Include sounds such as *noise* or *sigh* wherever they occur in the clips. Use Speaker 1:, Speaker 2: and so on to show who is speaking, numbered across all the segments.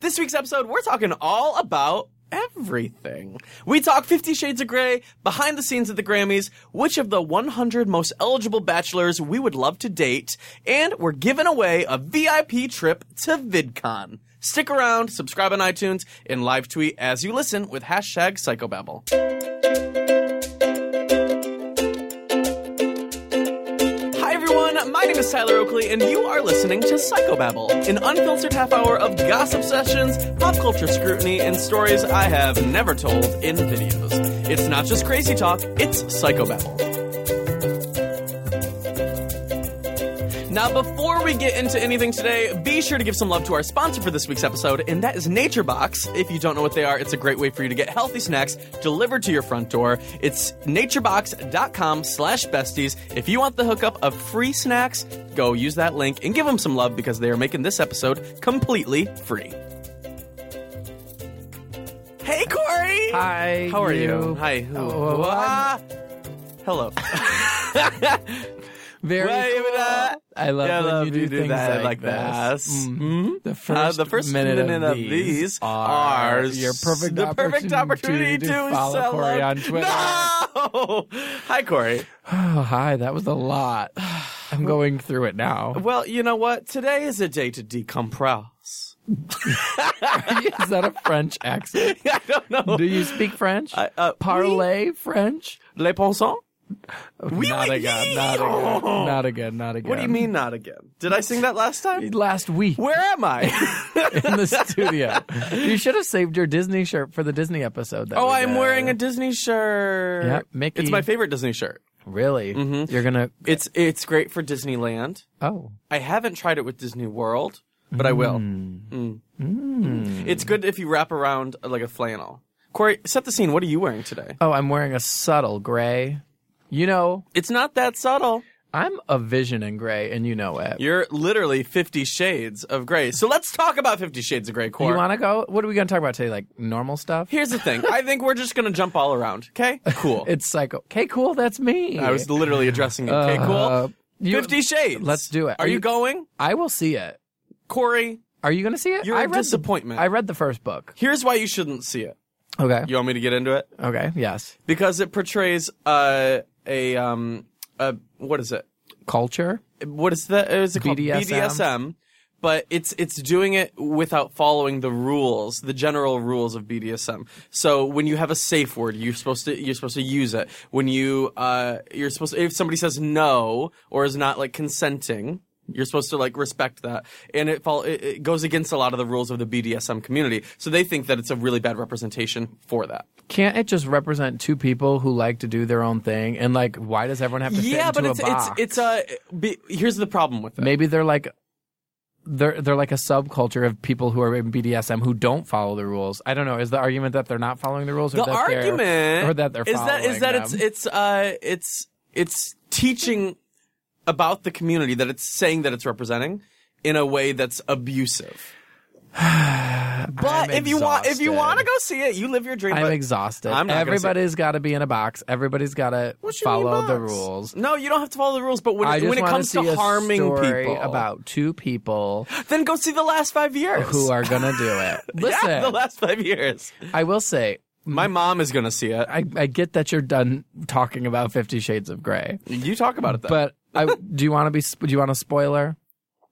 Speaker 1: This week's episode, we're talking all about everything. We talk Fifty Shades of Grey, behind the scenes at the Grammys, which of the 100 most eligible bachelors we would love to date, and we're giving away a VIP trip to VidCon. Stick around, subscribe on iTunes, and live tweet as you listen with hashtag Psychobabble. Hi everyone, my name is Tyler Oakley, and you are listening to Psychobabble, an unfiltered half hour of gossip sessions, pop culture scrutiny, and stories I have never told in videos. It's not just crazy talk, it's Psychobabble. Now, before we get into anything today, be sure to give some love to our sponsor for this week's episode, and that is Nature Box. If you don't know what they are, it's a great way for you to get healthy snacks delivered to your front door. It's naturebox.com slash besties. If you want the hookup of free snacks, go use that link and give them some love because they are making this episode completely free. Hey, Corey!
Speaker 2: Hi.
Speaker 1: How are you? Hi.
Speaker 2: Oh,
Speaker 1: Ah. Hello. *laughs*
Speaker 2: Very
Speaker 1: Why
Speaker 2: cool.
Speaker 1: even, uh,
Speaker 2: I love
Speaker 1: yeah, I
Speaker 2: when
Speaker 1: love
Speaker 2: you
Speaker 1: you
Speaker 2: do,
Speaker 1: do
Speaker 2: things
Speaker 1: that
Speaker 2: like,
Speaker 1: like
Speaker 2: that.
Speaker 1: this.
Speaker 2: Mhm. The first,
Speaker 1: Uh, the first minute, of, these, are,
Speaker 2: your perfect,
Speaker 1: the perfect opportunity to,
Speaker 2: follow
Speaker 1: sell *laughs*
Speaker 2: Corey
Speaker 1: out-
Speaker 2: on Twitter.
Speaker 1: No! Hi, Corey.
Speaker 2: Oh, hi, that was a lot. I'm going through
Speaker 1: *laughs*
Speaker 2: it now. *laughs*
Speaker 1: Well, you know what? Today is a day to decompress.
Speaker 2: Is that a French accent?
Speaker 1: *laughs* I don't know.
Speaker 2: Do you speak French?
Speaker 1: I- uh,
Speaker 2: Parlay French? Oh,
Speaker 1: Les pensants? Oui,
Speaker 2: not
Speaker 1: oui,
Speaker 2: again.
Speaker 1: oui.
Speaker 2: Not again.
Speaker 1: Oh.
Speaker 2: Not again. Not again.
Speaker 1: What do you mean not again? Did I sing that last time?
Speaker 2: Last week
Speaker 1: Where am
Speaker 2: *laughs*
Speaker 1: I?
Speaker 2: in the studio, you should have saved your Disney shirt for the Disney episode. That
Speaker 1: oh,
Speaker 2: we
Speaker 1: I'm
Speaker 2: did.
Speaker 1: wearing a Disney shirt.
Speaker 2: Yeah, Mickey.
Speaker 1: It's my favorite Disney shirt.
Speaker 2: Really?
Speaker 1: Mm-hmm.
Speaker 2: You're gonna?
Speaker 1: It's it's great for Disneyland.
Speaker 2: Oh,
Speaker 1: I haven't tried it with Disney World, but I will. Mm. It's good if you wrap around uh, like a flannel. Corey, set the scene. What are you wearing today?
Speaker 2: oh, I'm wearing a subtle gray. You know,
Speaker 1: It's not that subtle.
Speaker 2: I'm a vision in gray, and you know it.
Speaker 1: You're literally 50 shades of gray. So let's talk about 50 shades of gray, Corey.
Speaker 2: you want to go? What are we gonna talk about today? Like normal stuff?
Speaker 1: Here's the thing. I think we're just going to jump all around,
Speaker 2: *laughs*
Speaker 1: okay? Cool.
Speaker 2: It's psycho. Okay, cool. That's me.
Speaker 1: I was literally addressing it. Okay,
Speaker 2: Uh,
Speaker 1: cool.
Speaker 2: you-
Speaker 1: 50 shades.
Speaker 2: let's do it.
Speaker 1: Are,
Speaker 2: Are
Speaker 1: you,
Speaker 2: you-
Speaker 1: going?
Speaker 2: I will see it.
Speaker 1: Corey,
Speaker 2: Are you gonna see it?
Speaker 1: You're
Speaker 2: I
Speaker 1: a
Speaker 2: read the-
Speaker 1: disappointment.
Speaker 2: I read the first book.
Speaker 1: here's why you shouldn't see it.
Speaker 2: Okay.
Speaker 1: You want me to get into it?
Speaker 2: Okay. Yes.
Speaker 1: Because it portrays uh, a um a what is it?
Speaker 2: Culture.
Speaker 1: what is that? Is it called
Speaker 2: BDSM?
Speaker 1: BDSM? But it's it's doing it without following the rules, the general rules of BDSM. So when you have a safe word, you're supposed to you're supposed to use it. When you uh, you're supposed to, if somebody says no or is not like consenting, you're supposed to like respect that. And it fall it, it goes against a lot of the rules of the BDSM community. So they think that it's a really bad representation for that.
Speaker 2: Can't it just represent two people who like to do their own thing? And like, why does everyone have to
Speaker 1: Yeah,
Speaker 2: fit into
Speaker 1: but
Speaker 2: a
Speaker 1: it's it's
Speaker 2: box?
Speaker 1: it's uh, be, here's the problem with it.
Speaker 2: Maybe they're like they're they're like a subculture of people who are in BDSM who don't follow the rules. I don't know. Is the argument that they're not following the rules? Or
Speaker 1: the
Speaker 2: that
Speaker 1: argument
Speaker 2: they're, or that they're
Speaker 1: is that is
Speaker 2: following
Speaker 1: that
Speaker 2: them?
Speaker 1: it's it's uh it's it's teaching about the community that it's saying that it's representing in a way that's
Speaker 2: *sighs*
Speaker 1: abusive. but if you want if you
Speaker 2: exhausted.
Speaker 1: want to go see it, you live your dream.
Speaker 2: I'm
Speaker 1: but
Speaker 2: exhausted.
Speaker 1: I'm not gonna
Speaker 2: Everybody's got to be in a box. Everybody's got to
Speaker 1: What you
Speaker 2: follow
Speaker 1: mean
Speaker 2: the
Speaker 1: box?
Speaker 2: rules.
Speaker 1: No, you don't have to follow the rules. But when
Speaker 2: I
Speaker 1: it,
Speaker 2: just
Speaker 1: when it
Speaker 2: wanna
Speaker 1: comes
Speaker 2: see
Speaker 1: to
Speaker 2: a
Speaker 1: harming
Speaker 2: story
Speaker 1: people,
Speaker 2: about two people
Speaker 1: then go see the last five years.
Speaker 2: who are gonna do it.
Speaker 1: *laughs*
Speaker 2: Listen,
Speaker 1: yeah, the last five years.
Speaker 2: I will say.
Speaker 1: My mom is gonna see it.
Speaker 2: I, I get that you're done talking about Fifty Shades of Grey,
Speaker 1: You talk about it. Though.
Speaker 2: but I, do you want to be? sp- Do you want a spoiler?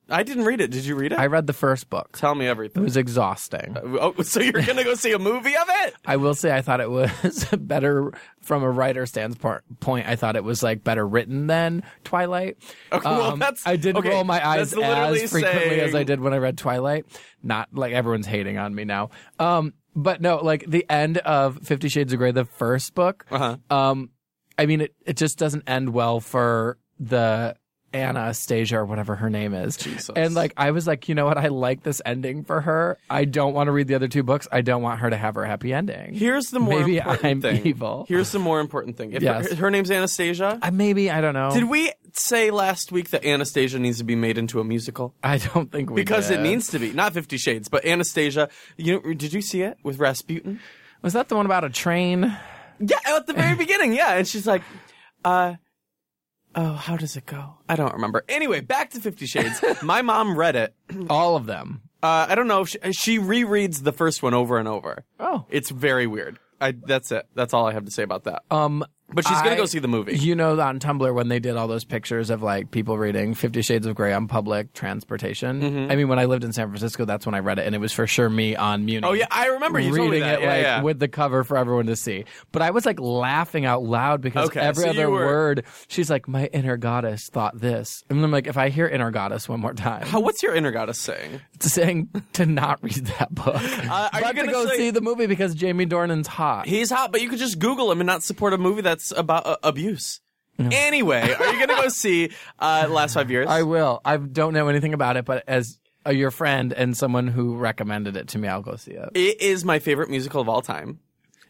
Speaker 1: I didn't read it. Did you read it?
Speaker 2: I read the first book.
Speaker 1: Tell me
Speaker 2: It
Speaker 1: everything.
Speaker 2: was exhausting.
Speaker 1: Oh, so you're gonna go see a movie of it?
Speaker 2: I will say I thought it was *laughs* better from a writer standpoint. Point, I thought it was like better written than Twilight. Um,
Speaker 1: Okay, *laughs* well, that's-
Speaker 2: I didn't
Speaker 1: okay,
Speaker 2: roll my eyes
Speaker 1: that's literally
Speaker 2: as frequently as I
Speaker 1: saying-
Speaker 2: did when I read Twilight. Not like everyone's hating on me now. Um, but no, like the end of Fifty Shades of Grey, the first book.
Speaker 1: *laughs* Uh-huh.
Speaker 2: Um, I mean, it, it just doesn't end well for the Anastasia or whatever her name is.
Speaker 1: Jesus.
Speaker 2: And like, I was like, you know what? I like this ending for her. I don't want to read the other two books. I don't want her to have her happy ending.
Speaker 1: Here's the more
Speaker 2: Maybe
Speaker 1: important
Speaker 2: I'm
Speaker 1: thing.
Speaker 2: evil.
Speaker 1: Here's the more important thing. If
Speaker 2: Yes.
Speaker 1: her, her name's Anastasia.
Speaker 2: Uh, maybe I don't know.
Speaker 1: Did we say last week that Anastasia needs to be made into a musical?
Speaker 2: I don't think we
Speaker 1: Because
Speaker 2: did.
Speaker 1: it needs to be. Not Fifty Shades, but Anastasia. You know, did you see it with Rasputin?
Speaker 2: was that the one about a train?
Speaker 1: Yeah, at the
Speaker 2: *laughs*
Speaker 1: very beginning. Yeah, and she's like, uh. Oh,
Speaker 2: *laughs*
Speaker 1: how does it go? I don't remember. Anyway, back to Fifty Shades. My mom read it.
Speaker 2: All of them.
Speaker 1: Uh, I don't know. If she, she rereads the first one over and over.
Speaker 2: Oh.
Speaker 1: It's very weird. I, that's it. That's all I have to say about that.
Speaker 2: Um,
Speaker 1: But she's gonna
Speaker 2: I-
Speaker 1: go see the movie.
Speaker 2: You know, on Tumblr when they did all those pictures of like people reading Fifty Shades of Grey on public transportation.
Speaker 1: Mm-hmm.
Speaker 2: I mean, when I lived in San Francisco, that's when I read it, and it was for sure me on Muni.
Speaker 1: oh yeah, I remember you told me
Speaker 2: reading
Speaker 1: that.
Speaker 2: it
Speaker 1: yeah,
Speaker 2: like
Speaker 1: yeah.
Speaker 2: with the cover for everyone to see. But I was like laughing out loud because
Speaker 1: Okay,
Speaker 2: every
Speaker 1: so you
Speaker 2: other
Speaker 1: were-
Speaker 2: word, she's like, "My inner goddess thought this," and I'm like, "If I hear inner goddess one more time,
Speaker 1: How- what's your inner goddess saying?
Speaker 2: it's saying to not read that
Speaker 1: *laughs*
Speaker 2: book,
Speaker 1: Uh, are you
Speaker 2: but to
Speaker 1: gonna
Speaker 2: go
Speaker 1: say-
Speaker 2: see the movie because Jamie Dornan's hot."
Speaker 1: He's hot, but you could just Google him and not support a movie that's about uh, abuse. Anyway, are you *laughs* gonna go see uh, Last Five Years?
Speaker 2: I will. I don't know anything about it, but as uh, your friend and someone who recommended it to me, I'll go see it.
Speaker 1: It is my favorite musical of all time.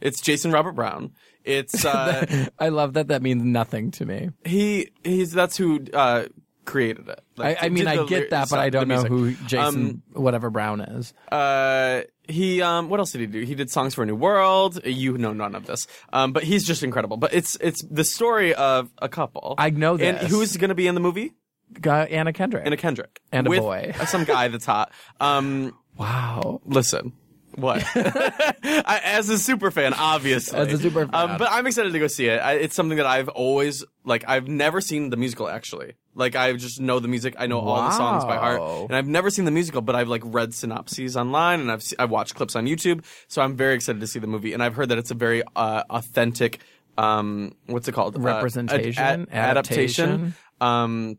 Speaker 1: It's Jason Robert Brown. *laughs* It's uh,
Speaker 2: *laughs* I love that. That means nothing to me.
Speaker 1: he he's that's who uh, created it.
Speaker 2: I,
Speaker 1: Like,
Speaker 2: I mean,
Speaker 1: did
Speaker 2: I
Speaker 1: the
Speaker 2: get
Speaker 1: lyrics,
Speaker 2: that, but I
Speaker 1: uh,
Speaker 2: don't
Speaker 1: the
Speaker 2: know who
Speaker 1: music.
Speaker 2: Jason whatever Brown is.
Speaker 1: Uh, he um, what else did he do? He did songs for a new world. You know none of this, um, but he's just incredible. But it's it's the story of a couple.
Speaker 2: I know
Speaker 1: And
Speaker 2: this.
Speaker 1: who's going to be in the movie?
Speaker 2: Got Anna Kendrick.
Speaker 1: Anna Kendrick
Speaker 2: And a
Speaker 1: with
Speaker 2: boy.
Speaker 1: *laughs* some guy that's hot. Um,
Speaker 2: wow.
Speaker 1: listen. What? *laughs* I, as a super fan, obviously.
Speaker 2: As a super
Speaker 1: Um,
Speaker 2: fan.
Speaker 1: but I'm excited to go see it. I, it's something that I've always like. I've never seen the musical actually. Like I just know the music. I know all the songs by heart,
Speaker 2: Wow.
Speaker 1: and I've never seen the musical. But I've like read synopses online, and I've se- I've watched clips on YouTube. So I'm very excited to see the movie, and I've heard that it's a very uh, authentic. Um, what's it called? Uh, ad-
Speaker 2: Representation?
Speaker 1: ad- adaptation.
Speaker 2: Adaptation?
Speaker 1: Um,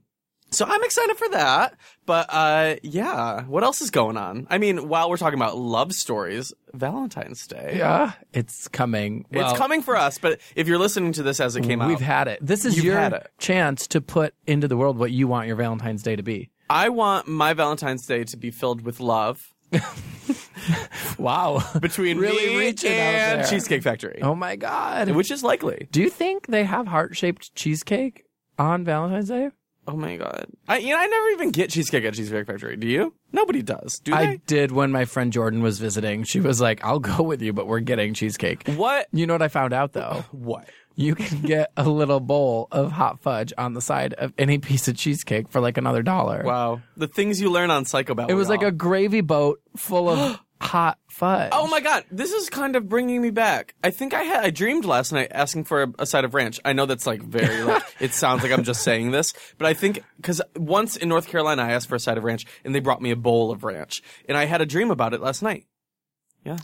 Speaker 1: so I'm excited for that. But uh, yeah, what else is going on? I mean, while we're talking about love stories, Valentine's Day.
Speaker 2: Yeah. It's coming. Well,
Speaker 1: it's coming for us, but if you're listening to this as it came
Speaker 2: We've
Speaker 1: out,
Speaker 2: had it. This is
Speaker 1: You've had
Speaker 2: your
Speaker 1: it.
Speaker 2: chance to put into the world what you want your Valentine's Day to be.
Speaker 1: I want my Valentine's Day to be filled with love
Speaker 2: *laughs* Wow.
Speaker 1: between
Speaker 2: Really
Speaker 1: me
Speaker 2: reaching out
Speaker 1: and
Speaker 2: there.
Speaker 1: Cheesecake Factory,
Speaker 2: oh my God.
Speaker 1: which is likely.
Speaker 2: Do you think they have heart shaped cheesecake on Valentine's Day?
Speaker 1: Oh my god! I you know I never even get cheesecake at Cheesecake Factory. Do you? Nobody does. Do
Speaker 2: I did when my friend Jordan was visiting. She was like, I'll go with you, but we're getting cheesecake.
Speaker 1: they? What?
Speaker 2: You know what I found
Speaker 1: *laughs*
Speaker 2: out though?
Speaker 1: What?
Speaker 2: You can get a little bowl of hot fudge on the side of any piece of cheesecake for like another dollar.
Speaker 1: Wow! The things you learn on Psycho Valley.
Speaker 2: It was like a gravy boat
Speaker 1: *gasps*
Speaker 2: full of hot fudge.
Speaker 1: Oh my god, this is kind of bringing me back. I think I had I dreamed last night asking for a, a side of ranch. I know that's like very
Speaker 2: *laughs*
Speaker 1: like it sounds like I'm just saying this, but I think cuz once in North Carolina I asked for a side of ranch and they brought me a bowl of ranch and I had a dream about it last night.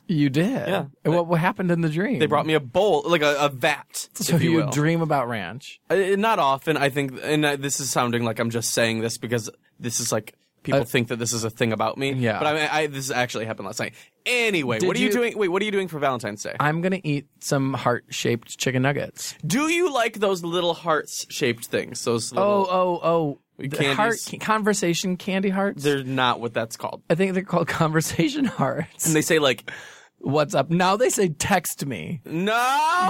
Speaker 2: You did?
Speaker 1: Yeah.
Speaker 2: And What, what happened in the dream?
Speaker 1: They brought me a bowl like a, a vat.
Speaker 2: *laughs* So
Speaker 1: if you,
Speaker 2: you,
Speaker 1: will.
Speaker 2: dream about ranch.
Speaker 1: Uh, not often I think and uh, this is sounding like I'm just saying this because this is like People think that this is a thing about me,
Speaker 2: Uh, Yeah.
Speaker 1: But I, I this actually happened last night. Anyway,
Speaker 2: Did
Speaker 1: what are you,
Speaker 2: you-
Speaker 1: doing? Wait, what are you doing for Valentine's Day?
Speaker 2: I'm gonna eat some heart shaped chicken nuggets.
Speaker 1: Do you like those little hearts shaped things? Those little,
Speaker 2: Oh oh oh! The
Speaker 1: candies.
Speaker 2: Heart conversation candy hearts.
Speaker 1: They're not what that's called.
Speaker 2: *laughs* I think they're called conversation hearts.
Speaker 1: And they say like,
Speaker 2: What's up? Now they say text me.
Speaker 1: no.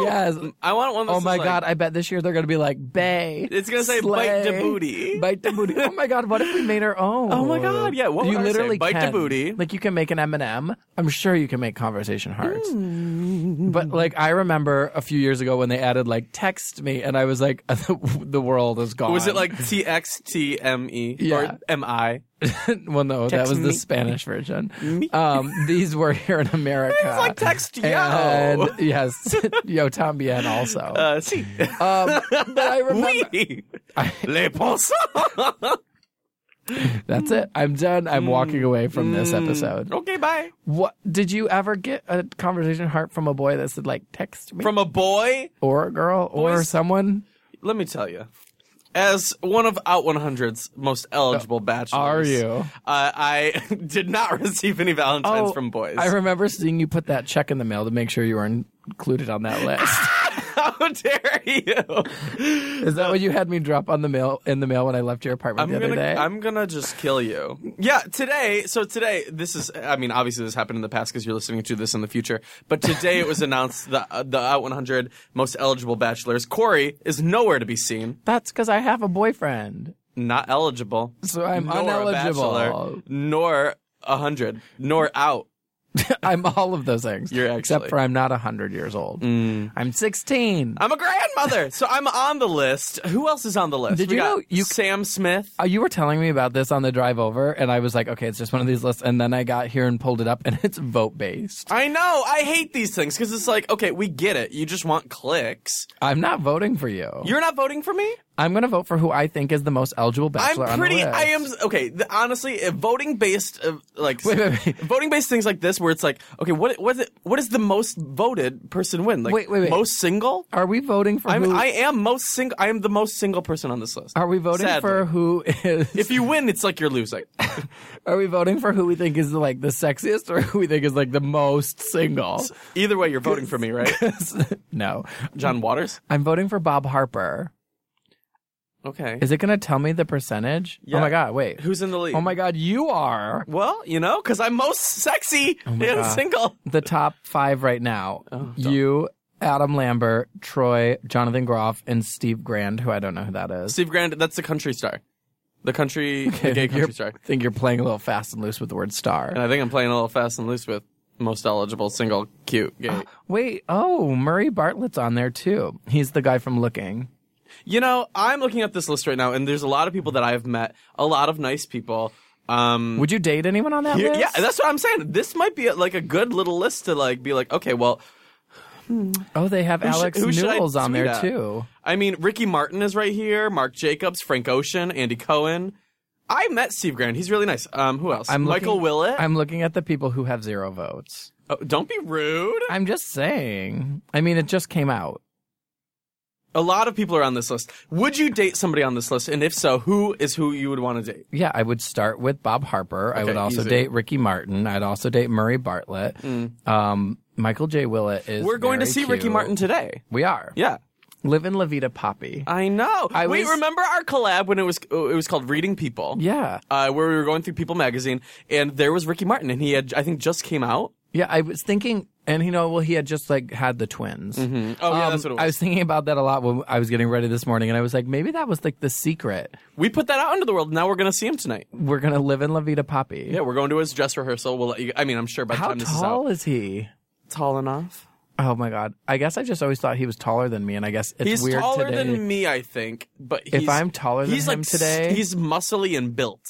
Speaker 2: Yes.
Speaker 1: I want one. That's
Speaker 2: Oh my
Speaker 1: like,
Speaker 2: god! I bet this year they're gonna be like bay.
Speaker 1: It's gonna say,
Speaker 2: slay,
Speaker 1: "Bite the booty."
Speaker 2: Bite the booty. Oh my god! What if we made our own?
Speaker 1: Oh my God, yeah, what would
Speaker 2: you
Speaker 1: ours say?
Speaker 2: literally
Speaker 1: Bite the
Speaker 2: can.
Speaker 1: booty.
Speaker 2: Like you can make an M and m I'm sure you can make conversation hearts.
Speaker 1: Hmm.
Speaker 2: But like I remember a few years ago when they added like text me, and I was like, *laughs* the world is gone.
Speaker 1: Was it like T X T M E
Speaker 2: *laughs* Yeah.
Speaker 1: or M I?
Speaker 2: *laughs* well, no, that
Speaker 1: Text
Speaker 2: was
Speaker 1: me.
Speaker 2: the Spanish version. Um, these were
Speaker 1: *laughs*
Speaker 2: here in America.
Speaker 1: It's like text yo. *laughs*
Speaker 2: And yes, *laughs* yo también also.
Speaker 1: Uh, see,
Speaker 2: um, but
Speaker 1: *laughs*
Speaker 2: I remember.
Speaker 1: oui, *laughs* les pensons.
Speaker 2: *laughs* That's it. I'm done. I'm
Speaker 1: Mm-hmm.
Speaker 2: walking away from this episode.
Speaker 1: Okay, bye.
Speaker 2: What did you ever get a conversation heart from a boy that said like text me
Speaker 1: From a boy,
Speaker 2: or a girl or
Speaker 1: Boys-
Speaker 2: someone?
Speaker 1: let me tell you. As one of Out 100's most eligible bachelors,
Speaker 2: Oh, Are you?
Speaker 1: Uh, I *laughs* did not receive any Valentines from boys.
Speaker 2: Oh, I remember seeing you put that check in the mail to make sure you were in- included on
Speaker 1: *laughs*
Speaker 2: that list.
Speaker 1: *laughs* How dare you?
Speaker 2: Is that what you had me drop on the mail in the mail when I left your apartment
Speaker 1: I'm
Speaker 2: the other
Speaker 1: gonna,
Speaker 2: day?
Speaker 1: I'm gonna just kill you. Yeah, today. So today, this is. I mean, obviously, this happened in the past because you're listening to this in the future. But today, it was announced the uh, the Out 100 most eligible bachelors. Corey is nowhere to be seen.
Speaker 2: That's because I have a boyfriend.
Speaker 1: Not eligible.
Speaker 2: So I'm
Speaker 1: nor a
Speaker 2: uneligible.
Speaker 1: bachelor, nor a hundred. Nor out.
Speaker 2: *laughs* I'm all of those things.
Speaker 1: You're
Speaker 2: except
Speaker 1: actually- Mm.
Speaker 2: for I'm not 100 years old. I'm 16.
Speaker 1: I'm a grandmother, so I'm on the list. Who else is on the list?
Speaker 2: Did
Speaker 1: we
Speaker 2: you
Speaker 1: got
Speaker 2: know you-
Speaker 1: Sam Smith.
Speaker 2: Uh, you were telling me about this on the drive over, and I was like, okay, it's just one of these lists. And then I got here and pulled it up, and *laughs* it's vote based.
Speaker 1: I know. I hate these things because it's like, okay, we get it. You just want clicks.
Speaker 2: I'm not voting for you.
Speaker 1: You're not voting for me.
Speaker 2: I'm going to vote for who I think is the most eligible bachelor
Speaker 1: I'm pretty.
Speaker 2: on the list.
Speaker 1: I am okay. The, honestly, if voting based uh, like
Speaker 2: Wait, wait, wait.
Speaker 1: *laughs* voting based things like this, where it's like, okay, what what is, it, what is the most voted person win? Like
Speaker 2: Wait, wait, wait.
Speaker 1: most single.
Speaker 2: Are we voting for
Speaker 1: I'm,
Speaker 2: who?
Speaker 1: I am most single. I am the most single person on this list.
Speaker 2: are we voting
Speaker 1: Sadly.
Speaker 2: for who is?
Speaker 1: If you win, it's like you're losing.
Speaker 2: Are we voting for who we think is like the sexiest or who we think is like the most single?
Speaker 1: Either way, you're voting for me, right?
Speaker 2: no,
Speaker 1: *laughs* John Waters.
Speaker 2: I'm voting for Bob Harper.
Speaker 1: Okay.
Speaker 2: Is it going to tell me the percentage?
Speaker 1: Yeah.
Speaker 2: Oh my god, wait.
Speaker 1: Who's in the lead?
Speaker 2: Oh my god, you are
Speaker 1: Well, you know, because I'm most sexy and
Speaker 2: Oh God.
Speaker 1: single.
Speaker 2: the top 5 right now.
Speaker 1: Oh,
Speaker 2: you, Adam Lambert, Troy, Jonathan Groff, and Steve Grand, who I don't know who that is.
Speaker 1: Steve Grand, that's the country star, the country, the gay
Speaker 2: *laughs* You're-
Speaker 1: country star.
Speaker 2: think you're playing a little fast and loose with the word star.
Speaker 1: And I think I'm playing a little fast and loose with most eligible single cute gay.
Speaker 2: Wait, oh, Murray Bartlett's on there too. He's the guy from Looking.
Speaker 1: You know, I'm looking at this list right now, and there's a lot of people that I've met, a lot of nice people. Um,
Speaker 2: Would you date anyone on that
Speaker 1: yeah,
Speaker 2: list?
Speaker 1: yeah, that's what I'm saying. This might be like a good little list to like be like, okay, well,
Speaker 2: Oh, they have
Speaker 1: should-
Speaker 2: Alex
Speaker 1: who should I
Speaker 2: Newell's on
Speaker 1: tweet
Speaker 2: there
Speaker 1: at?
Speaker 2: too.
Speaker 1: I mean, Ricky Martin is right here, Mark Jacobs, Frank Ocean, Andy Cohen. I met Steve Grant. He's really nice. Um, who else?
Speaker 2: I'm
Speaker 1: Michael
Speaker 2: looking,
Speaker 1: Willett.
Speaker 2: I'm looking at the people who have zero votes.
Speaker 1: Oh, don't be rude.
Speaker 2: I'm just saying. I mean, it just came out.
Speaker 1: A lot of people are on this list. Would you date somebody on this list? And if so, who is who you would want to date?
Speaker 2: Yeah, I would start with Bob Harper. I would
Speaker 1: Okay,
Speaker 2: also
Speaker 1: easy. Mm.
Speaker 2: date Ricky Martin. I'd also date Murray Bartlett. Um, Michael J. Willett is.
Speaker 1: We're going to
Speaker 2: very
Speaker 1: see
Speaker 2: cute.
Speaker 1: Ricky Martin today.
Speaker 2: We are.
Speaker 1: Yeah. Uh,
Speaker 2: Live in La Vida Poppy.
Speaker 1: I know.
Speaker 2: I
Speaker 1: Wait,
Speaker 2: was-
Speaker 1: remember our collab when it was uh, it was called Reading People?
Speaker 2: yeah.
Speaker 1: Uh, where we were going through People magazine, and there was Ricky Martin, and he had I think just came out.
Speaker 2: Yeah, I was thinking, and you know, well, he had just like had the twins.
Speaker 1: Oh yeah, that's what it
Speaker 2: Um,
Speaker 1: was.
Speaker 2: I was thinking about that a lot when I was getting ready this morning, and I was like, maybe that was like the secret.
Speaker 1: we put that out into the world. Now we're gonna see him tonight.
Speaker 2: We're gonna live in La Vida Poppy.
Speaker 1: Yeah, we're going to his dress rehearsal. We'll let you. I mean, I'm sure by the
Speaker 2: How
Speaker 1: time this is out,
Speaker 2: tall is he?
Speaker 1: tall enough.
Speaker 2: Oh my god! I guess I just always thought he was taller than me, and I guess it's
Speaker 1: He's
Speaker 2: weird
Speaker 1: taller
Speaker 2: today.
Speaker 1: than me, I think. But he's,
Speaker 2: I'm taller than
Speaker 1: he's
Speaker 2: him
Speaker 1: like,
Speaker 2: today-
Speaker 1: s- he's muscly and built.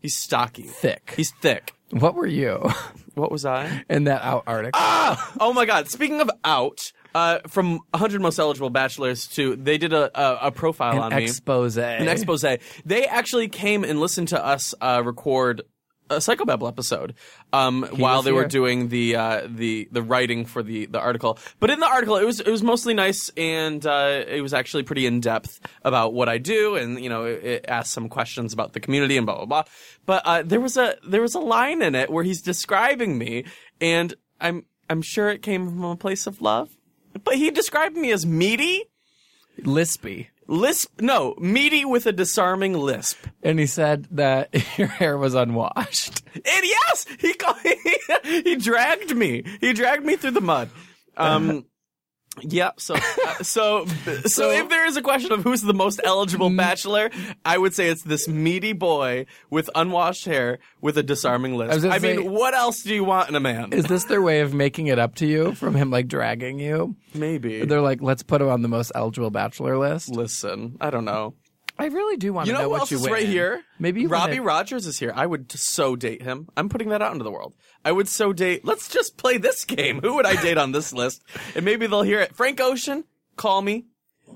Speaker 1: He's stocky,
Speaker 2: Thick.
Speaker 1: He's thick.
Speaker 2: What were you *laughs*
Speaker 1: What was I?
Speaker 2: in that out article?
Speaker 1: Oh my God! Speaking of out, uh, from 100 most eligible bachelors to they did a a, a profile on me.
Speaker 2: expose.
Speaker 1: an expose. They actually came and listened to us uh, record a Psychobabble episode um, while
Speaker 2: was
Speaker 1: they were
Speaker 2: here.
Speaker 1: doing the uh, the the writing for the the article. But in the article, it was it was mostly nice and uh, it was actually pretty in depth about what I do and you know it, it asked some questions about the community and blah blah blah. But uh, there was a there was a line in it where he's describing me and I'm I'm sure it came from a place of love. But he described me as meaty,
Speaker 2: Lispy.
Speaker 1: lisp. No, meaty with a disarming lisp.
Speaker 2: And he said that *laughs* your hair was unwashed.
Speaker 1: And yes, he called, *laughs* he, dragged me. He dragged me through the mud. Um,
Speaker 2: *laughs*
Speaker 1: yeah. So, uh, so, so if there is a question of who's the most eligible
Speaker 2: Mm.
Speaker 1: bachelor, I would say it's this meaty boy with unwashed hair with a disarming
Speaker 2: was
Speaker 1: lisp. I,
Speaker 2: gonna
Speaker 1: mean,
Speaker 2: say-
Speaker 1: what else do you want in a man?
Speaker 2: Is this their way of making it up to you from him like dragging you?
Speaker 1: Maybe.
Speaker 2: They're like, let's put him on the most eligible bachelor list.
Speaker 1: Listen, I don't know.
Speaker 2: I really do want
Speaker 1: You
Speaker 2: to
Speaker 1: know,
Speaker 2: know,
Speaker 1: who
Speaker 2: what
Speaker 1: else
Speaker 2: you
Speaker 1: is
Speaker 2: win.
Speaker 1: right here?
Speaker 2: Maybe you
Speaker 1: Robbie
Speaker 2: wanna-
Speaker 1: Rogers is here. I would t- so date him. I'm putting that out into the world. I would so date. Let's just play this game. Who would I date on this list? And maybe they'll hear it. Frank Ocean, call me.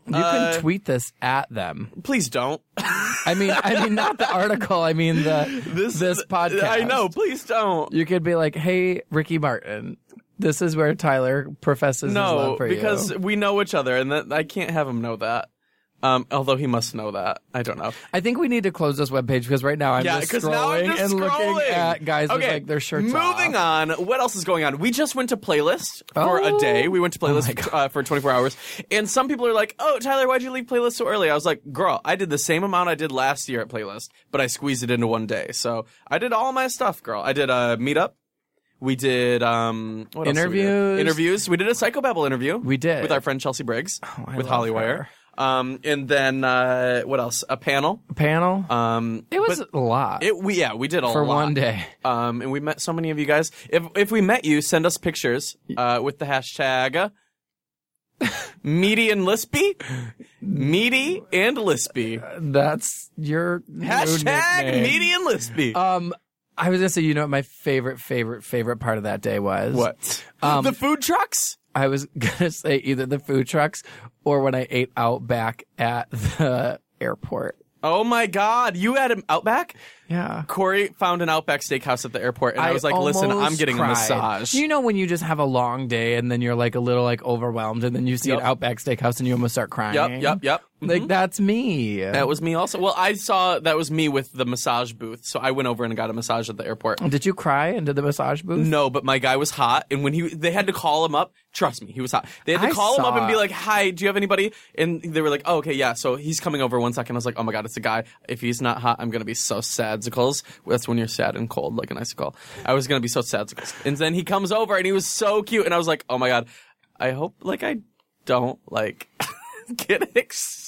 Speaker 2: you
Speaker 1: uh,
Speaker 2: can tweet this at them.
Speaker 1: Please don't.
Speaker 2: I mean, I mean, not the article. I
Speaker 1: *laughs*
Speaker 2: mean the *laughs* this, podcast.
Speaker 1: I know. Please don't.
Speaker 2: You could be like, hey, Ricky Martin, this is where Tyler professes his
Speaker 1: No,
Speaker 2: love for
Speaker 1: because
Speaker 2: you.
Speaker 1: we know each other, and that, I can't have him know that. Um, although he must know that. I don't know.
Speaker 2: I think we need to close this webpage because right now I'm
Speaker 1: Yeah,
Speaker 2: just
Speaker 1: because
Speaker 2: scrolling
Speaker 1: now I'm just
Speaker 2: and
Speaker 1: scrolling.
Speaker 2: looking at guys with
Speaker 1: okay,
Speaker 2: like their shirts
Speaker 1: Moving on,
Speaker 2: off.
Speaker 1: what else is going on? We just went to playlist for a
Speaker 2: Oh.
Speaker 1: day. We went to playlist uh, for 24 hours, and some people are like, "Oh, Tyler, why'd you leave playlist so early?" I was like, "Girl, I did the same amount I did last year at playlist, but I squeezed it into one day. So I did all my stuff, girl. I did a meetup." We did um, what else did we do?
Speaker 2: Interviews.
Speaker 1: interviews. We did a psychobabble interview.
Speaker 2: We did. Oh,
Speaker 1: with our friend Chelsea Briggs
Speaker 2: I
Speaker 1: with
Speaker 2: love
Speaker 1: Hollywire.
Speaker 2: her.
Speaker 1: Um, and then uh, what else? A panel.
Speaker 2: Panel.
Speaker 1: Um,
Speaker 2: it was a lot
Speaker 1: it we yeah we did a
Speaker 2: for
Speaker 1: lot.
Speaker 2: one day.
Speaker 1: Um, and we met so many of you guys. If if we met you, send us pictures uh, with the hashtag uh, meaty and lispy, meaty and lispy.
Speaker 2: That's your new
Speaker 1: Hashtag
Speaker 2: nickname.
Speaker 1: meaty and lispy.
Speaker 2: Um, I was gonna say, you know, what my favorite, favorite, favorite part of that day was
Speaker 1: what?
Speaker 2: um,
Speaker 1: the food trucks.
Speaker 2: I was *laughs* gonna say either the food trucks or when I ate out back at the airport.
Speaker 1: Oh my God! You had an Outback.
Speaker 2: Yeah.
Speaker 1: Corey found an Outback Steakhouse at the airport, and I, was like, "Listen,
Speaker 2: almost
Speaker 1: I'm getting
Speaker 2: cried.
Speaker 1: a massage."
Speaker 2: You know when you just have a long day and then you're like a little like overwhelmed and then you see
Speaker 1: Yep.
Speaker 2: an Outback Steakhouse and you almost start crying.
Speaker 1: yep, yep, yep.
Speaker 2: Like that's me.
Speaker 1: That was me also. Well, I saw that was me with the massage booth, so I went over and got a massage at the airport.
Speaker 2: Did you cry into the massage booth?
Speaker 1: No, but my guy was hot, and when he they had to call him up, trust me, he was hot. They had to
Speaker 2: I
Speaker 1: call him up
Speaker 2: saw
Speaker 1: and be
Speaker 2: it.
Speaker 1: like, "Hi, do you have anybody?" And they were like, oh, "Okay, yeah." So he's coming over one second. I was like, "Oh my god, it's a guy. If he's not hot, I'm gonna be so sadsicles. That's when you're sad and cold, like an icicle. I was gonna be so sadsicles." And then he comes over, and he was so cute, and I was like, "Oh my god, I hope like I don't like *laughs* get ex-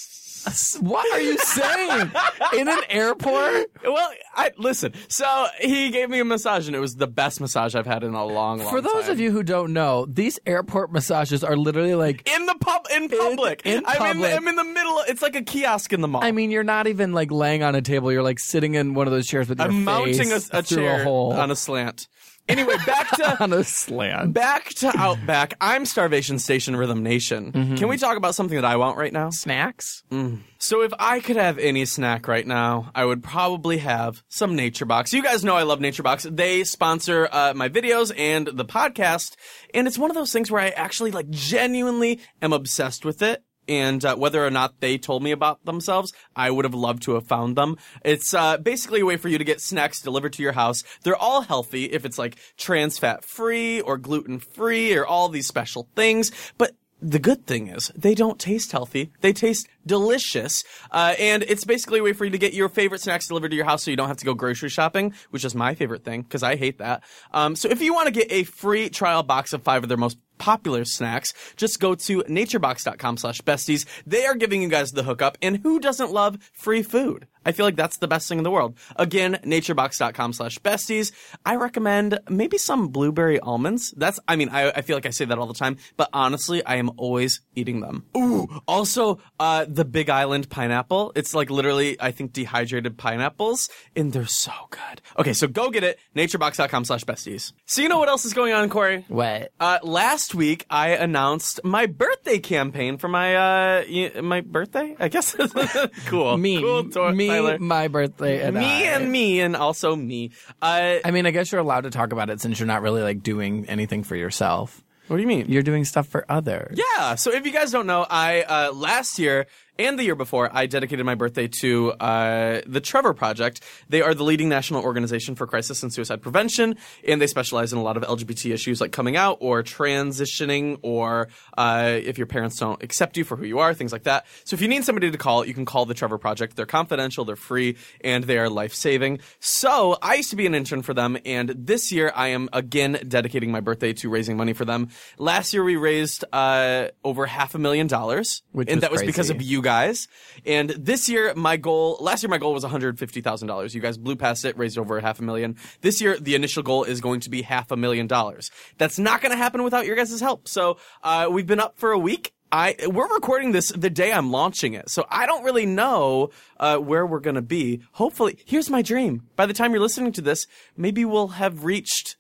Speaker 2: What are you saying? *laughs* In an airport?
Speaker 1: Well, I listen. So he gave me a massage, and it was the best massage I've had in a long, long
Speaker 2: For those
Speaker 1: time.
Speaker 2: of you who don't know, these airport massages are literally like
Speaker 1: in the pub, in public,
Speaker 2: in
Speaker 1: I'm, In
Speaker 2: public.
Speaker 1: the, I'm in the middle. It's like a kiosk in the mall.
Speaker 2: I mean, you're not even like laying on a table. You're like sitting in one of those chairs with your
Speaker 1: I'm mounting a,
Speaker 2: face
Speaker 1: a
Speaker 2: through
Speaker 1: chair
Speaker 2: a hole
Speaker 1: on a slant. Anyway, back
Speaker 2: *laughs*
Speaker 1: to
Speaker 2: on a slant.
Speaker 1: back to Outback. I'm Starvation Station Rhythm Nation.
Speaker 2: Mm-hmm.
Speaker 1: Can we talk about something that I want right now?
Speaker 2: Snacks?
Speaker 1: Mm. So if I could have any snack right now, I would probably have some Nature Box. You guys know I love Nature Box. They sponsor uh, my videos and the podcast, and it's one of those things where I actually like genuinely am obsessed with it. And uh, whether or not they told me about themselves, I would have loved to have found them. It's uh, basically a way for you to get snacks delivered to your house. They're all healthy if it's like trans fat free or gluten free or all these special things, but the good thing is they don't taste healthy. They taste delicious. Uh, and it's basically a way for you to get your favorite snacks delivered to your house so you don't have to go grocery shopping, which is my favorite thing because I hate that. Um, so if you want to get a free trial box of five of their most popular snacks, just go to naturebox.com slash besties. They are giving you guys the hookup. And who doesn't love free food? I feel like that's the best thing in the world. Again, naturebox.com slash besties. I recommend maybe some blueberry almonds. That's, I mean, I, I feel like I say that all the time, but honestly, I am always eating them. Ooh, also, uh, the Big Island pineapple. It's like literally, I think, dehydrated pineapples, and they're so good. Okay, so go get it, naturebox.com slash besties. So you know what else is going on, Corey?
Speaker 2: What?
Speaker 1: Uh, last week, I announced my birthday campaign for my uh, y- my birthday. I guess *laughs* cool.
Speaker 2: Me,
Speaker 1: cool, Tor-
Speaker 2: me,
Speaker 1: Tyler.
Speaker 2: my birthday, and
Speaker 1: me,
Speaker 2: I.
Speaker 1: and me, and also me. Uh,
Speaker 2: I mean, I guess you're allowed to talk about it since you're not really like doing anything for yourself.
Speaker 1: what do you mean?
Speaker 2: You're doing stuff for others.
Speaker 1: Yeah. So if you guys don't know, I uh, last year and the year before, I dedicated my birthday to uh, the Trevor Project. They are the leading national organization for crisis and suicide prevention, and they specialize in a lot of LGBT issues like coming out or transitioning, or uh, if your parents don't accept you for who you are, things like that. So if you need somebody to call, you can call the Trevor Project. They're confidential, they're free, and they are life saving. So I used to be an intern for them, and this year I am again dedicating my birthday to raising money for them. Last year we raised uh, over half a million dollars,
Speaker 2: Which
Speaker 1: and
Speaker 2: was
Speaker 1: that was because
Speaker 2: crazy.
Speaker 1: of you guys. And this year my goal, last year my goal was one hundred fifty thousand dollars. You guys blew past it, raised over half a million. This year the initial goal is going to be half a million dollars. That's not going to happen without your guys' help. So uh, we've been up for a week. I we're recording this the day I'm launching it, so I don't really know uh, where we're gonna be. Hopefully, here's my dream. By the time you're listening to this, maybe we'll have reached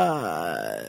Speaker 1: uh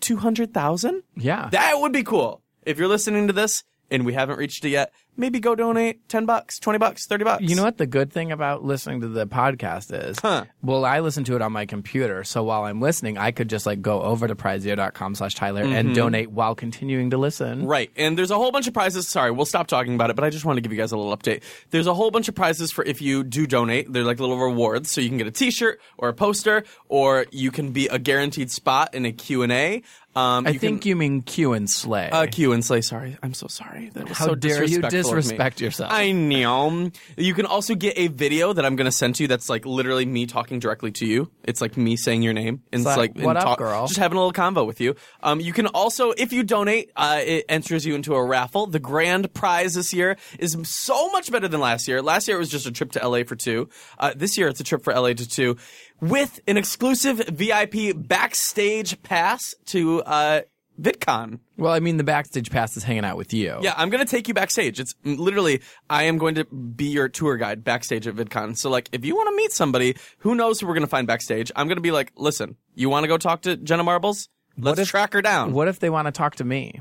Speaker 1: two hundred thousand.
Speaker 2: Yeah.
Speaker 1: That would be cool. If you're listening to this and we haven't reached it yet, maybe go donate ten bucks, twenty bucks, thirty bucks.
Speaker 2: You know what the good thing about listening to the podcast is?
Speaker 1: Huh.
Speaker 2: Well, I listen to it on my computer, so while I'm listening, I could just like go over to prizeo.com slash Tyler and donate while continuing to listen.
Speaker 1: Mm-hmm. Right. And there's a whole bunch of prizes. Sorry, we'll stop talking about it, but I just want to give you guys a little update. There's a whole bunch of prizes for if you do donate. They're like little rewards. So you can get a t-shirt or a poster, or you can be a guaranteed spot in a Q&A. Um,
Speaker 2: I think you mean Q and Slay.
Speaker 1: uh, Q and Slay. Sorry. I'm so sorry. That was
Speaker 2: How
Speaker 1: so
Speaker 2: dare you
Speaker 1: disrespectful of me.
Speaker 2: respect yourself.
Speaker 1: I know. You can also get a video that I'm going to send to you that's like literally me talking directly to you. It's like me saying your name. And it's
Speaker 2: like,
Speaker 1: like and
Speaker 2: "What up,
Speaker 1: talk-
Speaker 2: girl?"
Speaker 1: Just having a little convo with you. Um, you can also, if you donate, uh, it enters you into a raffle. The grand prize this year is so much better than last year. Last year it was just a trip to LA for two. Uh, this year it's a trip for LA to two with an exclusive VIP backstage pass to uh, VidCon.
Speaker 2: Well, I mean, the backstage pass is hanging out with you.
Speaker 1: Yeah, I'm gonna take you backstage. It's mm, literally I am going to be your tour guide backstage at VidCon. So like, if you want to meet somebody, who knows who we're gonna find backstage? I'm gonna be like, listen, you want to go talk to Jenna Marbles? Let's track her down.
Speaker 2: What Oh, if they want to talk to me?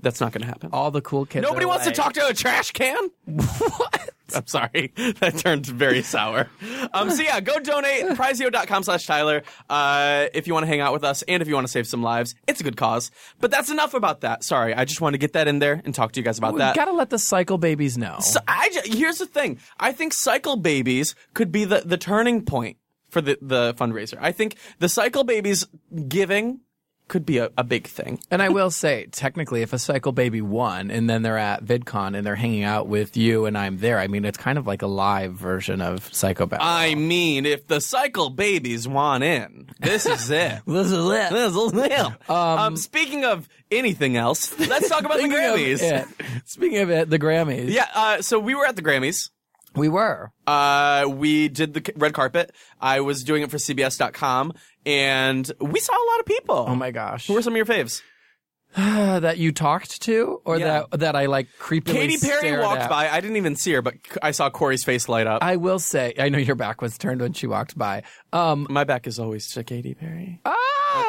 Speaker 1: That's not gonna happen.
Speaker 2: All the cool kids.
Speaker 1: Nobody
Speaker 2: are
Speaker 1: wants
Speaker 2: like-
Speaker 1: to talk to a trash can.
Speaker 2: *laughs* What?
Speaker 1: I'm sorry. That turned very sour. Um, so yeah, go
Speaker 2: *laughs*
Speaker 1: donate. Prizeo.com slash Tyler. Uh, if you want to hang out with us and if you want to save some lives, it's a good cause. But that's enough about that. Sorry. I just wanted to get that in there and talk to you guys about that.
Speaker 2: Gotta let the cycle babies know.
Speaker 1: So I ju- here's the thing. I think cycle babies could be the, the turning point for the, the fundraiser. I think the cycle babies giving could be a, a big thing.
Speaker 2: And I will say, technically, if a cycle baby won and then they're at VidCon and they're hanging out with you and I'm there, I mean, it's kind of like a live version of Psycho Battle.
Speaker 1: I mean, if the cycle babies want in, this is it.
Speaker 2: this is it.
Speaker 1: This is it. Um, speaking of anything else, let's talk about the Grammys. Yeah.
Speaker 2: Speaking of it, the Grammys.
Speaker 1: uh, so we were at the Grammys.
Speaker 2: We were.
Speaker 1: Uh, we did the c- red carpet. I was doing it for CBS.com, and we saw a lot of people.
Speaker 2: Oh my gosh.
Speaker 1: Who were some of your faves?
Speaker 2: Uh, that you talked to or
Speaker 1: Yeah.
Speaker 2: that that I like creepily
Speaker 1: Katy Perry
Speaker 2: stared
Speaker 1: walked
Speaker 2: at?
Speaker 1: by. I didn't even see her, but c- I saw Corey's face light up.
Speaker 2: I will say, I know your back was turned when she walked by. Um,
Speaker 1: My back is always to Katy Perry.
Speaker 2: ah!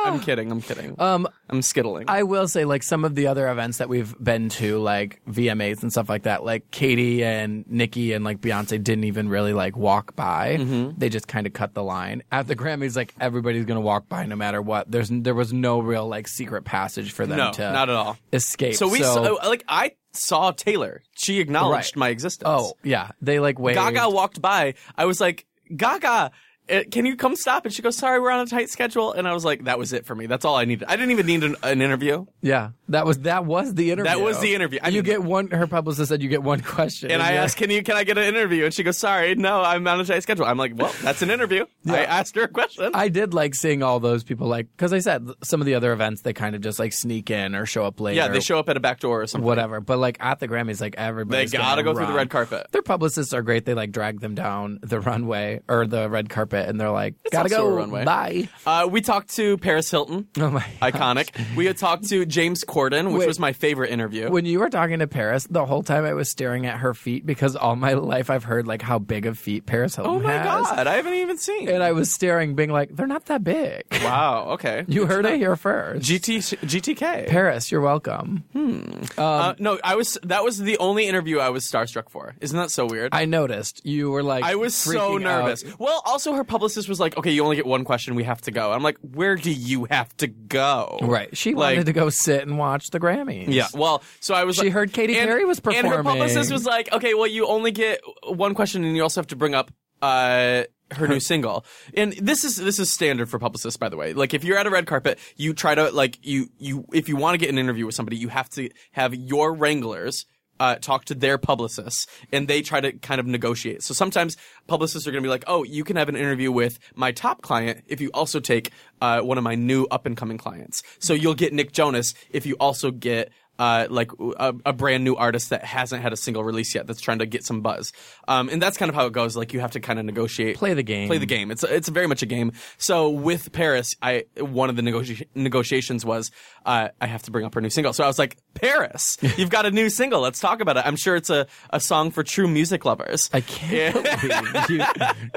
Speaker 1: I'm kidding. I'm kidding.
Speaker 2: um,
Speaker 1: I'm skittling.
Speaker 2: I will say, like some of the other events that we've been to, like VMAs and stuff like that, like Katie and Nikki and like Beyonce didn't even really like walk by.
Speaker 1: Mm-hmm.
Speaker 2: They just kind of cut the line at the Grammys. Like everybody's gonna walk by no matter what. There's there was no real like secret passage for them
Speaker 1: no,
Speaker 2: to
Speaker 1: not at all.
Speaker 2: escape.
Speaker 1: So we saw, like I saw Taylor. She acknowledged
Speaker 2: Right.
Speaker 1: my existence.
Speaker 2: oh yeah, they like waved.
Speaker 1: Gaga walked by. I was like, Gaga. uh, Can you come stop? And she goes, "Sorry, we're on a tight schedule." And I was like, "That was it for me. That's all I needed. I didn't even need an, an interview."
Speaker 2: Yeah, that was that was the interview.
Speaker 1: That was the interview. I mean-
Speaker 2: you get one. Her publicist said you get one *laughs* question,
Speaker 1: And I
Speaker 2: you're-
Speaker 1: asked, "Can you? Can I get an interview?" And she goes, "Sorry, no, I'm on a tight schedule." I'm like, "Well, that's an
Speaker 2: *laughs*
Speaker 1: interview." I asked her a question.
Speaker 2: I did like seeing all those people, like because I said some of the other events they kind of just like sneak in or show up later.
Speaker 1: yeah, they show up at a back door or something.
Speaker 2: whatever. But like at the Grammys, like everybody
Speaker 1: They gotta go through the red carpet.
Speaker 2: Their publicists are great. They like drag them down the runway or the red carpet, and they're like, "Gotta
Speaker 1: also
Speaker 2: go,
Speaker 1: a runway."
Speaker 2: bye."
Speaker 1: Uh, we talked to Paris
Speaker 2: *laughs*
Speaker 1: Hilton,
Speaker 2: Oh my!
Speaker 1: iconic. We had talked to James Corden, which
Speaker 2: Wait.
Speaker 1: was my favorite interview.
Speaker 2: When you were talking to Paris, the whole time I was staring at her feet because all my life I've heard like how big of feet Paris Hilton
Speaker 1: oh my
Speaker 2: has.
Speaker 1: god, I haven't even seen.
Speaker 2: And I was staring, being like, "They're not that big."
Speaker 1: wow. Okay.
Speaker 2: You heard it here first.
Speaker 1: GT GTK.
Speaker 2: Paris, you're welcome. Um,
Speaker 1: uh, no, I was. That was the only interview I was starstruck for. Isn't that so weird?
Speaker 2: I noticed you were like,
Speaker 1: I was so
Speaker 2: freaking
Speaker 1: nervous.
Speaker 2: out.
Speaker 1: Well, also her publicist was like, "Okay, you only get one question. We have to go." I'm like, "Where do you have to go?"
Speaker 2: Right. She
Speaker 1: Like-
Speaker 2: wanted to go sit and watch the Grammys.
Speaker 1: Yeah. Well, so I was.
Speaker 2: She
Speaker 1: like-
Speaker 2: heard Katy
Speaker 1: and-
Speaker 2: Perry was
Speaker 1: and her publicist
Speaker 2: performing.
Speaker 1: was like, "Okay, well, you only get one question, and you also have to bring up uh, her new single." And this is this is standard for publicists, by the way. Like, if you're at a red carpet, you try to like you you if you want to get an interview with somebody, you have to have your wranglers. Uh, talk to their publicists and they try to kind of negotiate. So sometimes publicists are going to be like, "Oh, you can have an interview with my top client if you also take uh, one of my new up and coming clients." So you'll get Nick Jonas if you also get uh, like a, a brand new artist that hasn't had a single release yet that's trying to get some buzz. Um, and that's kind of how it goes. Like you have to kind of negotiate,
Speaker 2: Play the game.
Speaker 1: play the game. It's it's very much a game. So with Paris, I one of the negoti- negotiations was uh, I have to bring up her new single. So I was like,
Speaker 2: *laughs*
Speaker 1: Paris, you've got a new single. Let's talk about it. I'm sure it's a, a song for true music lovers.
Speaker 2: I can't believe you,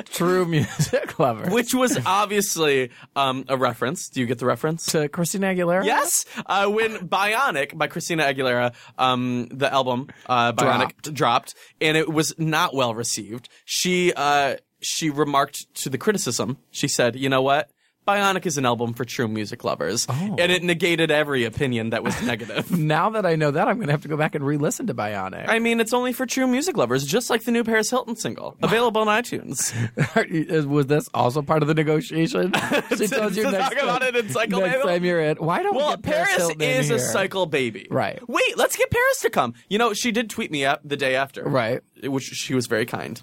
Speaker 2: true music
Speaker 1: *laughs*
Speaker 2: lover.
Speaker 1: which was obviously um, a reference. Do you get the reference?
Speaker 2: to Christina Aguilera?
Speaker 1: Yes, uh, when Bionic by Christina Aguilera, um, the album uh, Bionic dropped. and it was not well received. She uh, she remarked to the criticism. She said, "You know what? Bionic is an album for true music lovers,
Speaker 2: Oh.
Speaker 1: and it negated every opinion that was *laughs* negative.
Speaker 2: Now that I know that, I'm going to have to go back and re-listen to Bionic. *laughs*
Speaker 1: I mean, it's only for true music lovers, just like the new Paris Hilton single, available on iTunes.
Speaker 2: Was this also part of
Speaker 1: *laughs*
Speaker 2: the negotiation? she tells you
Speaker 1: to
Speaker 2: next
Speaker 1: talk about
Speaker 2: time-
Speaker 1: it in Psycho
Speaker 2: next
Speaker 1: Babel?
Speaker 2: time you're in. Why don't we
Speaker 1: Well,
Speaker 2: get Paris,
Speaker 1: Paris,
Speaker 2: Hilton in
Speaker 1: is a
Speaker 2: here?
Speaker 1: cycle baby.
Speaker 2: Right.
Speaker 1: Wait, let's get Paris to come. You know, she did tweet me up the day after.
Speaker 2: Right.
Speaker 1: Which she was very kind.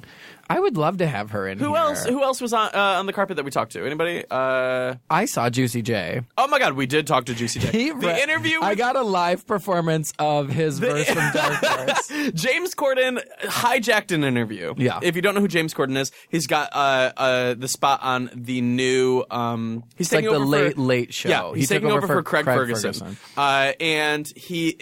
Speaker 2: I would love to have her in
Speaker 1: Who
Speaker 2: here.
Speaker 1: else? Who else was on uh, on the carpet that we talked to? Anybody? Uh,
Speaker 2: I saw Juicy J.
Speaker 1: oh my God, we did talk to Juicy J.
Speaker 2: He
Speaker 1: the
Speaker 2: re-
Speaker 1: interview.
Speaker 2: I
Speaker 1: With
Speaker 2: got a live performance of his verse from
Speaker 1: *laughs*
Speaker 2: Dark Horse.
Speaker 1: James Corden hijacked an interview.
Speaker 2: Yeah.
Speaker 1: If you don't know who James Corden is, he's got uh, uh, the spot on the new. Um, he's
Speaker 2: It's like
Speaker 1: taking
Speaker 2: the
Speaker 1: over
Speaker 2: late
Speaker 1: for,
Speaker 2: late show.
Speaker 1: Yeah, he's
Speaker 2: He took
Speaker 1: taking over, for, Craig, Ferguson.
Speaker 2: Ferguson.
Speaker 1: Uh, and he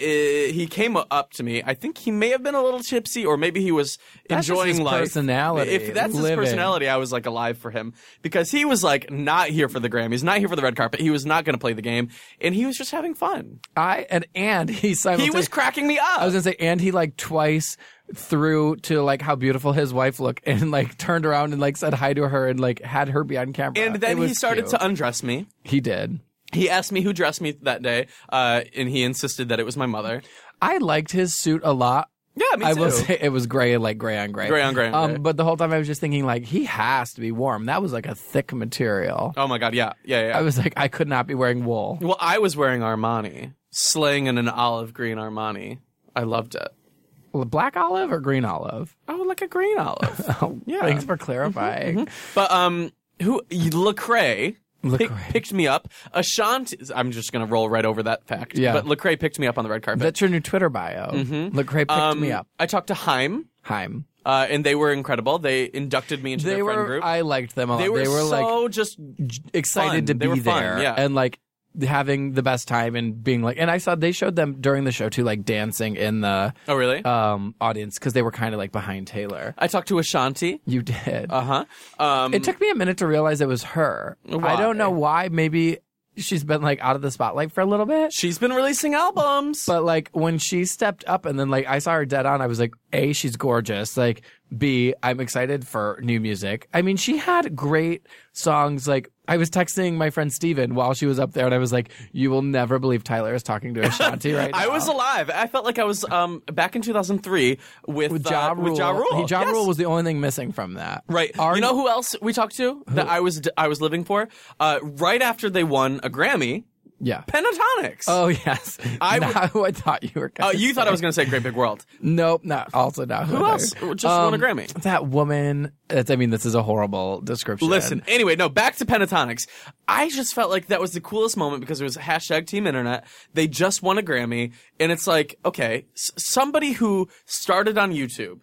Speaker 1: uh, he came up to me. I think he may have been a little tipsy, or maybe he was
Speaker 2: That's just
Speaker 1: enjoying
Speaker 2: his
Speaker 1: life.
Speaker 2: personality,
Speaker 1: If that's
Speaker 2: living.
Speaker 1: his personality, I was like alive for him because he was like not here for the Grammys, not here for the red carpet. He was not going to play the game, and he was just having fun.
Speaker 2: I and and he
Speaker 1: He
Speaker 2: simultaneously.
Speaker 1: was cracking me up.
Speaker 2: I was gonna say, and he like twice threw to like how beautiful his wife looked, and like turned around and like said hi to her, and like had her be on camera.
Speaker 1: and then he started to undress me.
Speaker 2: He did.
Speaker 1: He asked me who dressed me that day, uh, and he insisted that it was my mother.
Speaker 2: I liked his suit a lot.
Speaker 1: Yeah, me
Speaker 2: I
Speaker 1: too.
Speaker 2: will say it was gray, like gray on gray,
Speaker 1: Gray on gray on
Speaker 2: um,
Speaker 1: gray.
Speaker 2: But the whole time I was just thinking, like, he has to be warm. That was like a thick material.
Speaker 1: oh my god, yeah, yeah, yeah.
Speaker 2: I was like, I could not be wearing wool.
Speaker 1: well, I was wearing Armani, slaying in an olive green Armani. I loved it.
Speaker 2: Black olive or green olive?
Speaker 1: Oh, like a green olive.
Speaker 2: *laughs*
Speaker 1: Mm-hmm.
Speaker 2: Oh, yeah. Thanks for clarifying.
Speaker 1: but um, who Lecrae? pic-
Speaker 2: Lecrae.
Speaker 1: picked me up. Ashanti. I'm just gonna roll right over that fact.
Speaker 2: Yeah.
Speaker 1: But Lecrae picked me up on the red carpet.
Speaker 2: That's your new Twitter bio. Mm-hmm. Lecrae picked
Speaker 1: Um,
Speaker 2: me up.
Speaker 1: I talked to Haim,
Speaker 2: Heim.
Speaker 1: uh, and they were incredible. They inducted me into
Speaker 2: They
Speaker 1: their friend
Speaker 2: were.
Speaker 1: group.
Speaker 2: I liked them a lot.
Speaker 1: they were,
Speaker 2: like
Speaker 1: so just
Speaker 2: excited
Speaker 1: fun.
Speaker 2: to
Speaker 1: They
Speaker 2: be
Speaker 1: were fun,
Speaker 2: there
Speaker 1: yeah.
Speaker 2: and like having the best time and being like. And I saw they showed them during the show too, like dancing in the
Speaker 1: Oh, really?
Speaker 2: um audience because they were kind of like behind Taylor.
Speaker 1: I talked to Ashanti.
Speaker 2: You did.
Speaker 1: Uh huh. Um,
Speaker 2: it took me a minute to realize it was her. I don't know why. Maybe she's been like out of the spotlight for a little bit.
Speaker 1: she's been releasing albums.
Speaker 2: But like when she stepped up and then like I saw her dead on, I was like, A, she's gorgeous. Like B, I'm excited for new music. I mean, she had great songs. Like I was texting my friend Steven while she was up there and I was like, You will never believe Tyler is talking to Ashanti right
Speaker 1: *laughs*
Speaker 2: now.
Speaker 1: I was alive. I felt like I was um, back in 2003 with,
Speaker 2: with
Speaker 1: uh,
Speaker 2: Ja Rule.
Speaker 1: With ja Rule.
Speaker 2: He- Ja
Speaker 1: Yes.
Speaker 2: Rule was the only thing missing from that.
Speaker 1: Right.
Speaker 2: Our-
Speaker 1: you know who else we talked to that I was I was living for? Uh, right after they won a Grammy,
Speaker 2: Yeah.
Speaker 1: Pentatonics.
Speaker 2: Oh yes.
Speaker 1: I
Speaker 2: I, *laughs* I thought you were
Speaker 1: Uh,
Speaker 2: gonna
Speaker 1: you thought I was going to say Great Big World.
Speaker 2: Nope, not also not.
Speaker 1: Who else just won a Grammy?
Speaker 2: That woman. That's, I mean, this is a horrible description.
Speaker 1: Listen, anyway, no, back to Pentatonics. I just felt like that was the coolest moment because it was hashtag Team Internet. They just won a Grammy, and it's like, okay, s- somebody who started on YouTube.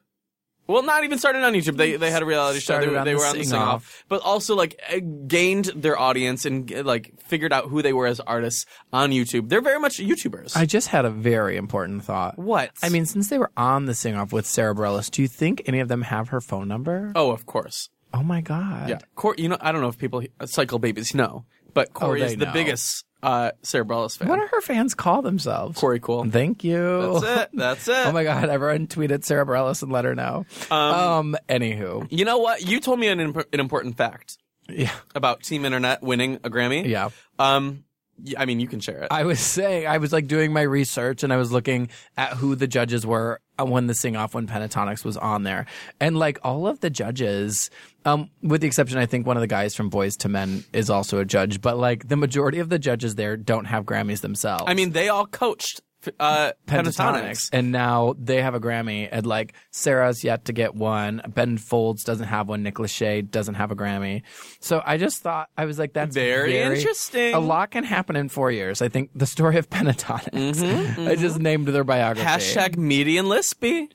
Speaker 1: Well, not even started on YouTube. They they had a reality
Speaker 2: Started
Speaker 1: show. They,
Speaker 2: on
Speaker 1: they
Speaker 2: the
Speaker 1: were on the
Speaker 2: Sing
Speaker 1: sing off, but also like eh, gained their audience and eh, like figured out who they were as artists on YouTube. They're very much YouTubers.
Speaker 2: I just had a very important thought.
Speaker 1: what?
Speaker 2: I mean, since they were on the sing off with Sarah Bareilles, do you think any of them have her phone number?
Speaker 1: oh, of course.
Speaker 2: Oh my God.
Speaker 1: Yeah, Cor- you know, I don't know if people uh, cycle babies know, but Corey
Speaker 2: Oh, they
Speaker 1: is the
Speaker 2: know.
Speaker 1: biggest uh, Sarah Bareilles fan.
Speaker 2: What do her fans call themselves?
Speaker 1: Corey Cool.
Speaker 2: Thank you.
Speaker 1: That's it. *laughs* That's it.
Speaker 2: *laughs* Oh my God. Everyone tweet at Sarah Bareilles and let her know. Um, anywho.
Speaker 1: you know what? You told me an, imp- an important fact
Speaker 2: Yeah.
Speaker 1: about Team Internet winning a Grammy.
Speaker 2: Yeah.
Speaker 1: Um, y- I mean, you can share it.
Speaker 2: I was saying, I was like doing my research and I was looking at who the judges were uh, when the sing off when Pentatonics was on there. And like all of the judges, um, with the exception, I think one of the guys from Boys to Men is also a judge, but like the majority of the judges there don't have Grammys themselves.
Speaker 1: I mean, they all coached f- uh, Pentatonics.
Speaker 2: And now they have a Grammy, and like Sarah's yet to get one. Ben Folds doesn't have one. Nick Lachey doesn't have a Grammy. So I just thought I was like, that's
Speaker 1: Very interesting.
Speaker 2: A lot can happen in four years. I think the story of *laughs* Pentatonics. I just named their biography.
Speaker 1: Mm-hmm, Hashtag median lispy.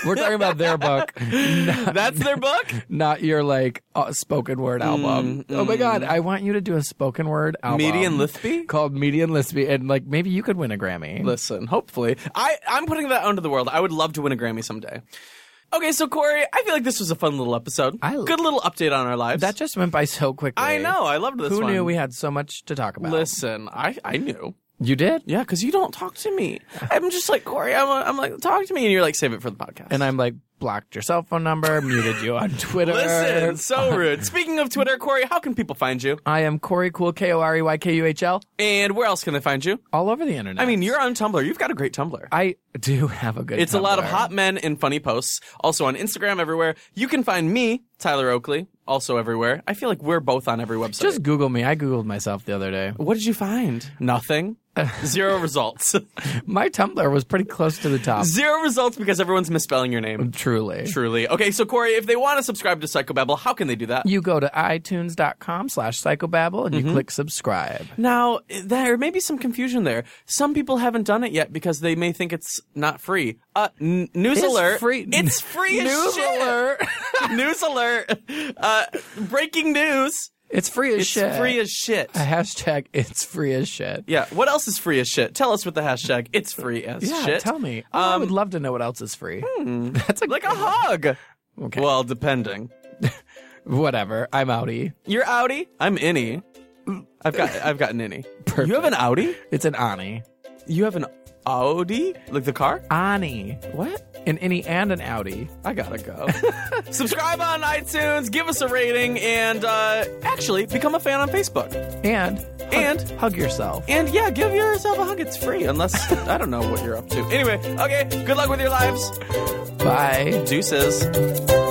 Speaker 2: *laughs* We're talking about
Speaker 1: *laughs*
Speaker 2: their book, not,
Speaker 1: That's their book.
Speaker 2: not your like uh, spoken word album.
Speaker 1: Mm,
Speaker 2: Oh my god, I want you to do a spoken word album.
Speaker 1: Median lispy.
Speaker 2: called Median Lispy, and like maybe you could win a Grammy.
Speaker 1: Listen, hopefully, I I'm putting that out into the world. I would love to win a Grammy someday. Okay, so Corey, I feel like this was a fun little episode.
Speaker 2: I-
Speaker 1: Good little update on our lives.
Speaker 2: that just went by so quickly.
Speaker 1: I know. I loved this.
Speaker 2: Who
Speaker 1: one.
Speaker 2: knew we had so much to talk about?
Speaker 1: Listen, I I knew.
Speaker 2: You did?
Speaker 1: Yeah, because you don't talk to me. I'm just like Corey. I'm, I'm like, talk to me, and you're like, save it for the podcast.
Speaker 2: And I'm like, blocked your cell phone number, muted you
Speaker 1: *laughs*
Speaker 2: on Twitter.
Speaker 1: Listen, so rude. Speaking of Twitter, Corey, how can people find you?
Speaker 2: I am Corey Cool K O R E Y K U H L
Speaker 1: And where else can they find you?
Speaker 2: all over the internet.
Speaker 1: I mean, you're on Tumblr. You've got a great Tumblr.
Speaker 2: I do have a good.
Speaker 1: It's a lot of
Speaker 2: Tumblr.
Speaker 1: hot men and funny posts. Also on Instagram, everywhere. You can find me, Tyler Oakley, also everywhere. I feel like we're both on every website.
Speaker 2: Just Google me. I googled myself the other day.
Speaker 1: what did you find?
Speaker 2: *laughs*
Speaker 1: Nothing. Zero results. *laughs*
Speaker 2: My Tumblr was pretty close to the top.
Speaker 1: Zero results because everyone's misspelling your
Speaker 2: *laughs*
Speaker 1: name.
Speaker 2: Truly.
Speaker 1: Truly. Okay, so Corey, if they want to subscribe to Psychobabble, how can they do that?
Speaker 2: You go to iTunes.com slash psychobabble and
Speaker 1: Mm-hmm.
Speaker 2: you click subscribe.
Speaker 1: Now, there may be some confusion there. Some people haven't done it yet because they may think it's not free. Uh, n- news
Speaker 2: It's
Speaker 1: alert.
Speaker 2: free.
Speaker 1: It's free as
Speaker 2: News
Speaker 1: shit.
Speaker 2: alert.
Speaker 1: *laughs* news alert. Uh, breaking news.
Speaker 2: It's free as
Speaker 1: It's
Speaker 2: shit.
Speaker 1: free as shit.
Speaker 2: Hashtag it's free as shit.
Speaker 1: Yeah. What else is free as shit? Tell us with the hashtag. It's free as
Speaker 2: Yeah,
Speaker 1: shit. Um, hmm.
Speaker 2: tell me. Oh, I would love to know what else is free. *laughs* That's like,
Speaker 1: Like a hug.
Speaker 2: Okay.
Speaker 1: Well, depending.
Speaker 2: whatever. I'm outie.
Speaker 1: You're outie. I'm innie. I've got I've got an innie.
Speaker 2: *laughs* Perfect.
Speaker 1: You have an outie.
Speaker 2: It's an Ani.
Speaker 1: You have an Audi, like the car.
Speaker 2: Ani.
Speaker 1: What?
Speaker 2: An innie and an outie.
Speaker 1: I gotta go. *laughs* Subscribe on iTunes. Give us a rating, and uh, actually become a fan on Facebook.
Speaker 2: And hug,
Speaker 1: And-
Speaker 2: hug yourself.
Speaker 1: And yeah, give yourself a hug. It's free, unless *laughs* I don't know what you're up to. Anyway, okay. Good luck with your lives.
Speaker 2: Bye.
Speaker 1: Deuces.